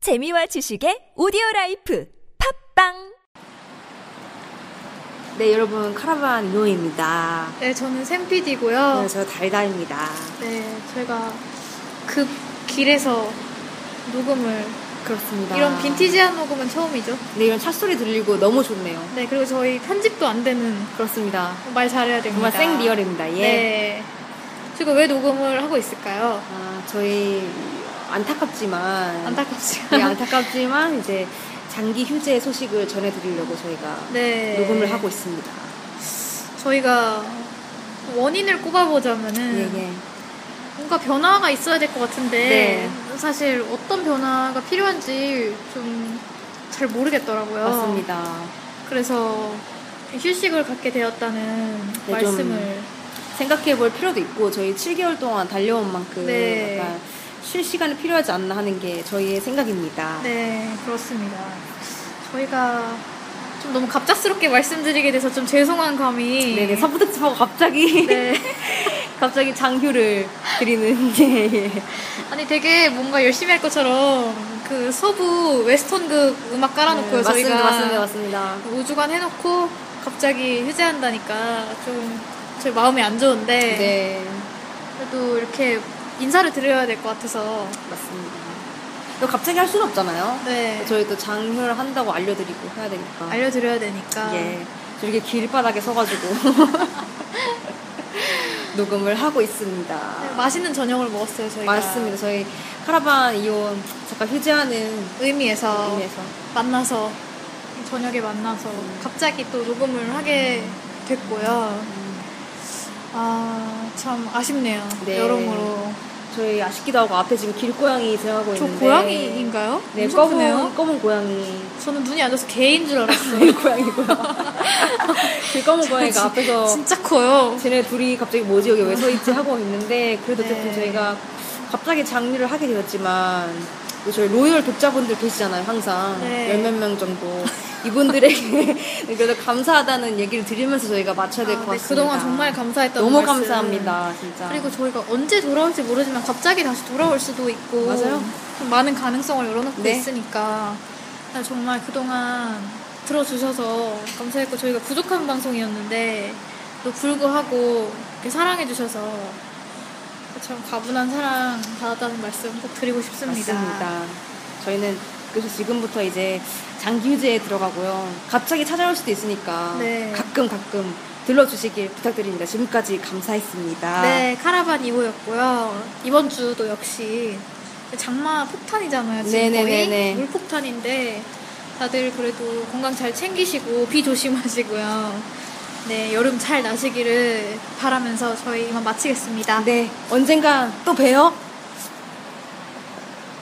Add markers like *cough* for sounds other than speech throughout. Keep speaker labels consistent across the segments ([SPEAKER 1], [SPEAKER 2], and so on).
[SPEAKER 1] 재미와 지식의 오디오 라이프 팝빵
[SPEAKER 2] 네, 여러분, 카라반 이호입니다.
[SPEAKER 3] 네, 저는 샘 PD고요.
[SPEAKER 2] 네, 저 달달입니다.
[SPEAKER 3] 네, 저희가 그 길에서 녹음을
[SPEAKER 2] 그렇습니다.
[SPEAKER 3] 이런 빈티지한 녹음은 처음이죠.
[SPEAKER 2] 네, 이런 찻소리 들리고 너무 좋네요.
[SPEAKER 3] 네, 그리고 저희 편집도 안 되는
[SPEAKER 2] 그렇습니다.
[SPEAKER 3] 말 잘해야 됩니다.
[SPEAKER 2] 정말 생리얼입니다. 예.
[SPEAKER 3] 네. 저희가 왜 녹음을 하고 있을까요?
[SPEAKER 2] 아, 저희 안타깝지만
[SPEAKER 3] 안타깝지만.
[SPEAKER 2] 네, 안타깝지만 이제 장기 휴재 소식을 전해드리려고 저희가
[SPEAKER 3] 네.
[SPEAKER 2] 녹음을 하고 있습니다.
[SPEAKER 3] 저희가 원인을 꼽아보자면은
[SPEAKER 2] 예, 예.
[SPEAKER 3] 뭔가 변화가 있어야 될 것 같은데
[SPEAKER 2] 네.
[SPEAKER 3] 사실 어떤 변화가 필요한지 좀 잘 모르겠더라고요.
[SPEAKER 2] 맞습니다.
[SPEAKER 3] 그래서 휴식을 갖게 되었다는
[SPEAKER 2] 네,
[SPEAKER 3] 말씀을
[SPEAKER 2] 생각해 볼 필요도 있고 저희 7개월 동안 달려온 만큼
[SPEAKER 3] 네.
[SPEAKER 2] 약간 쉴 시간이 필요하지 않나 하는 게 저희의 생각입니다.
[SPEAKER 3] 네 그렇습니다 저희가 좀 너무 갑작스럽게 말씀드리게 돼서 좀 죄송한 감이
[SPEAKER 2] 네네, 서부특집하고 갑자기
[SPEAKER 3] 네.
[SPEAKER 2] *laughs*
[SPEAKER 3] *laughs*
[SPEAKER 2] 갑자기 장휴를 드리는 *laughs* 게 예.
[SPEAKER 3] 아니 되게 뭔가 열심히 할 것처럼 그 서부 웨스턴극 음악 깔아놓고요
[SPEAKER 2] 네, 맞습니다,
[SPEAKER 3] 저희가
[SPEAKER 2] 맞습니다, 맞습니다.
[SPEAKER 3] 5주간 해놓고 갑자기 휴재한다니까 좀 제 마음이 안 좋은데
[SPEAKER 2] 네,
[SPEAKER 3] 그래도 이렇게 인사를 드려야 될 것 같아서
[SPEAKER 2] 맞습니다. 또 갑자기 할 수는 없잖아요.
[SPEAKER 3] 네
[SPEAKER 2] 저희 또 장휴를 한다고 알려드리고 해야 되니까.
[SPEAKER 3] 알려드려야 되니까
[SPEAKER 2] 예, 저렇게 길바닥에
[SPEAKER 3] *laughs*
[SPEAKER 2] 서가지고 *laughs* 녹음을 하고 있습니다.
[SPEAKER 3] 네, 맛있는 저녁을 먹었어요 저희가
[SPEAKER 2] 맞습니다. 저희 카라반 이온 잠깐 휴재하는
[SPEAKER 3] 의미에서
[SPEAKER 2] 의미에서
[SPEAKER 3] 만나서 저녁에 만나서 갑자기 또 녹음을 하게 됐고요. 아 참 아쉽네요.
[SPEAKER 2] 네.
[SPEAKER 3] 여러모로
[SPEAKER 2] 저희 아쉽기도 하고 앞에 지금 길고양이 지나가고
[SPEAKER 3] 저
[SPEAKER 2] 있는데
[SPEAKER 3] 고양이인가요?
[SPEAKER 2] 네,
[SPEAKER 3] 엄청
[SPEAKER 2] 검은,
[SPEAKER 3] 네. 크네요.
[SPEAKER 2] 검은
[SPEAKER 3] *laughs*
[SPEAKER 2] 고양이
[SPEAKER 3] 저는 눈이 안 좋아서 개인 줄 알았어요.
[SPEAKER 2] 고양이고요. *laughs* 길 검은 고양이가 앞에서
[SPEAKER 3] *laughs* 진짜 커요.
[SPEAKER 2] 쟤네 둘이 갑자기 뭐지 여기 왜 서있지 하고 있는데 그래도
[SPEAKER 3] 네.
[SPEAKER 2] 어쨌든 저희가 갑자기 장류를 하게 되었지만 또 저희 로열 독자분들 계시잖아요 항상
[SPEAKER 3] 네.
[SPEAKER 2] 열 몇 명 정도
[SPEAKER 3] *laughs*
[SPEAKER 2] 이분들에게 그래도 감사하다는 얘기를 드리면서 저희가 맞춰야 될 것
[SPEAKER 3] 아, 네,
[SPEAKER 2] 같습니다.
[SPEAKER 3] 그동안 정말 감사했던
[SPEAKER 2] 너무
[SPEAKER 3] 말씀.
[SPEAKER 2] 감사합니다 진짜.
[SPEAKER 3] 그리고 저희가 언제 돌아올지 모르지만 갑자기 다시 돌아올 수도 있고
[SPEAKER 2] 맞아요.
[SPEAKER 3] 좀 많은 가능성을 열어놓고
[SPEAKER 2] 네.
[SPEAKER 3] 있으니까 정말 그동안 들어주셔서 감사했고 저희가 부족한 방송이었는데 또 불구하고 이렇게 사랑해주셔서 참 과분한 사랑 받았다는 말씀 꼭 드리고 싶습니다.
[SPEAKER 2] 맞습니다. 저희는 그래서 지금부터 이제 장기 휴재에 들어가고요. 갑자기 찾아올 수도 있으니까
[SPEAKER 3] 네.
[SPEAKER 2] 가끔 가끔 들러주시길 부탁드립니다. 지금까지 감사했습니다.
[SPEAKER 3] 네, 카라반 2호였고요. 이번 주도 역시 장마 폭탄이잖아요. 지금
[SPEAKER 2] 네네네네.
[SPEAKER 3] 거의 물폭탄인데 다들 그래도 건강 잘 챙기시고 비 조심하시고요. 네, 여름 잘 나시기를 바라면서 저희 이만 마치겠습니다.
[SPEAKER 2] 네, 언젠가 또 봬요.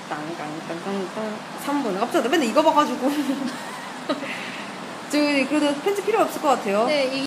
[SPEAKER 2] 땅땅땅땅땅 3분. *laughs* 갑자기 나 맨날 이거 봐가지고. 저희 그래도 편집 필요 없을 것 같아요.
[SPEAKER 3] 네, 이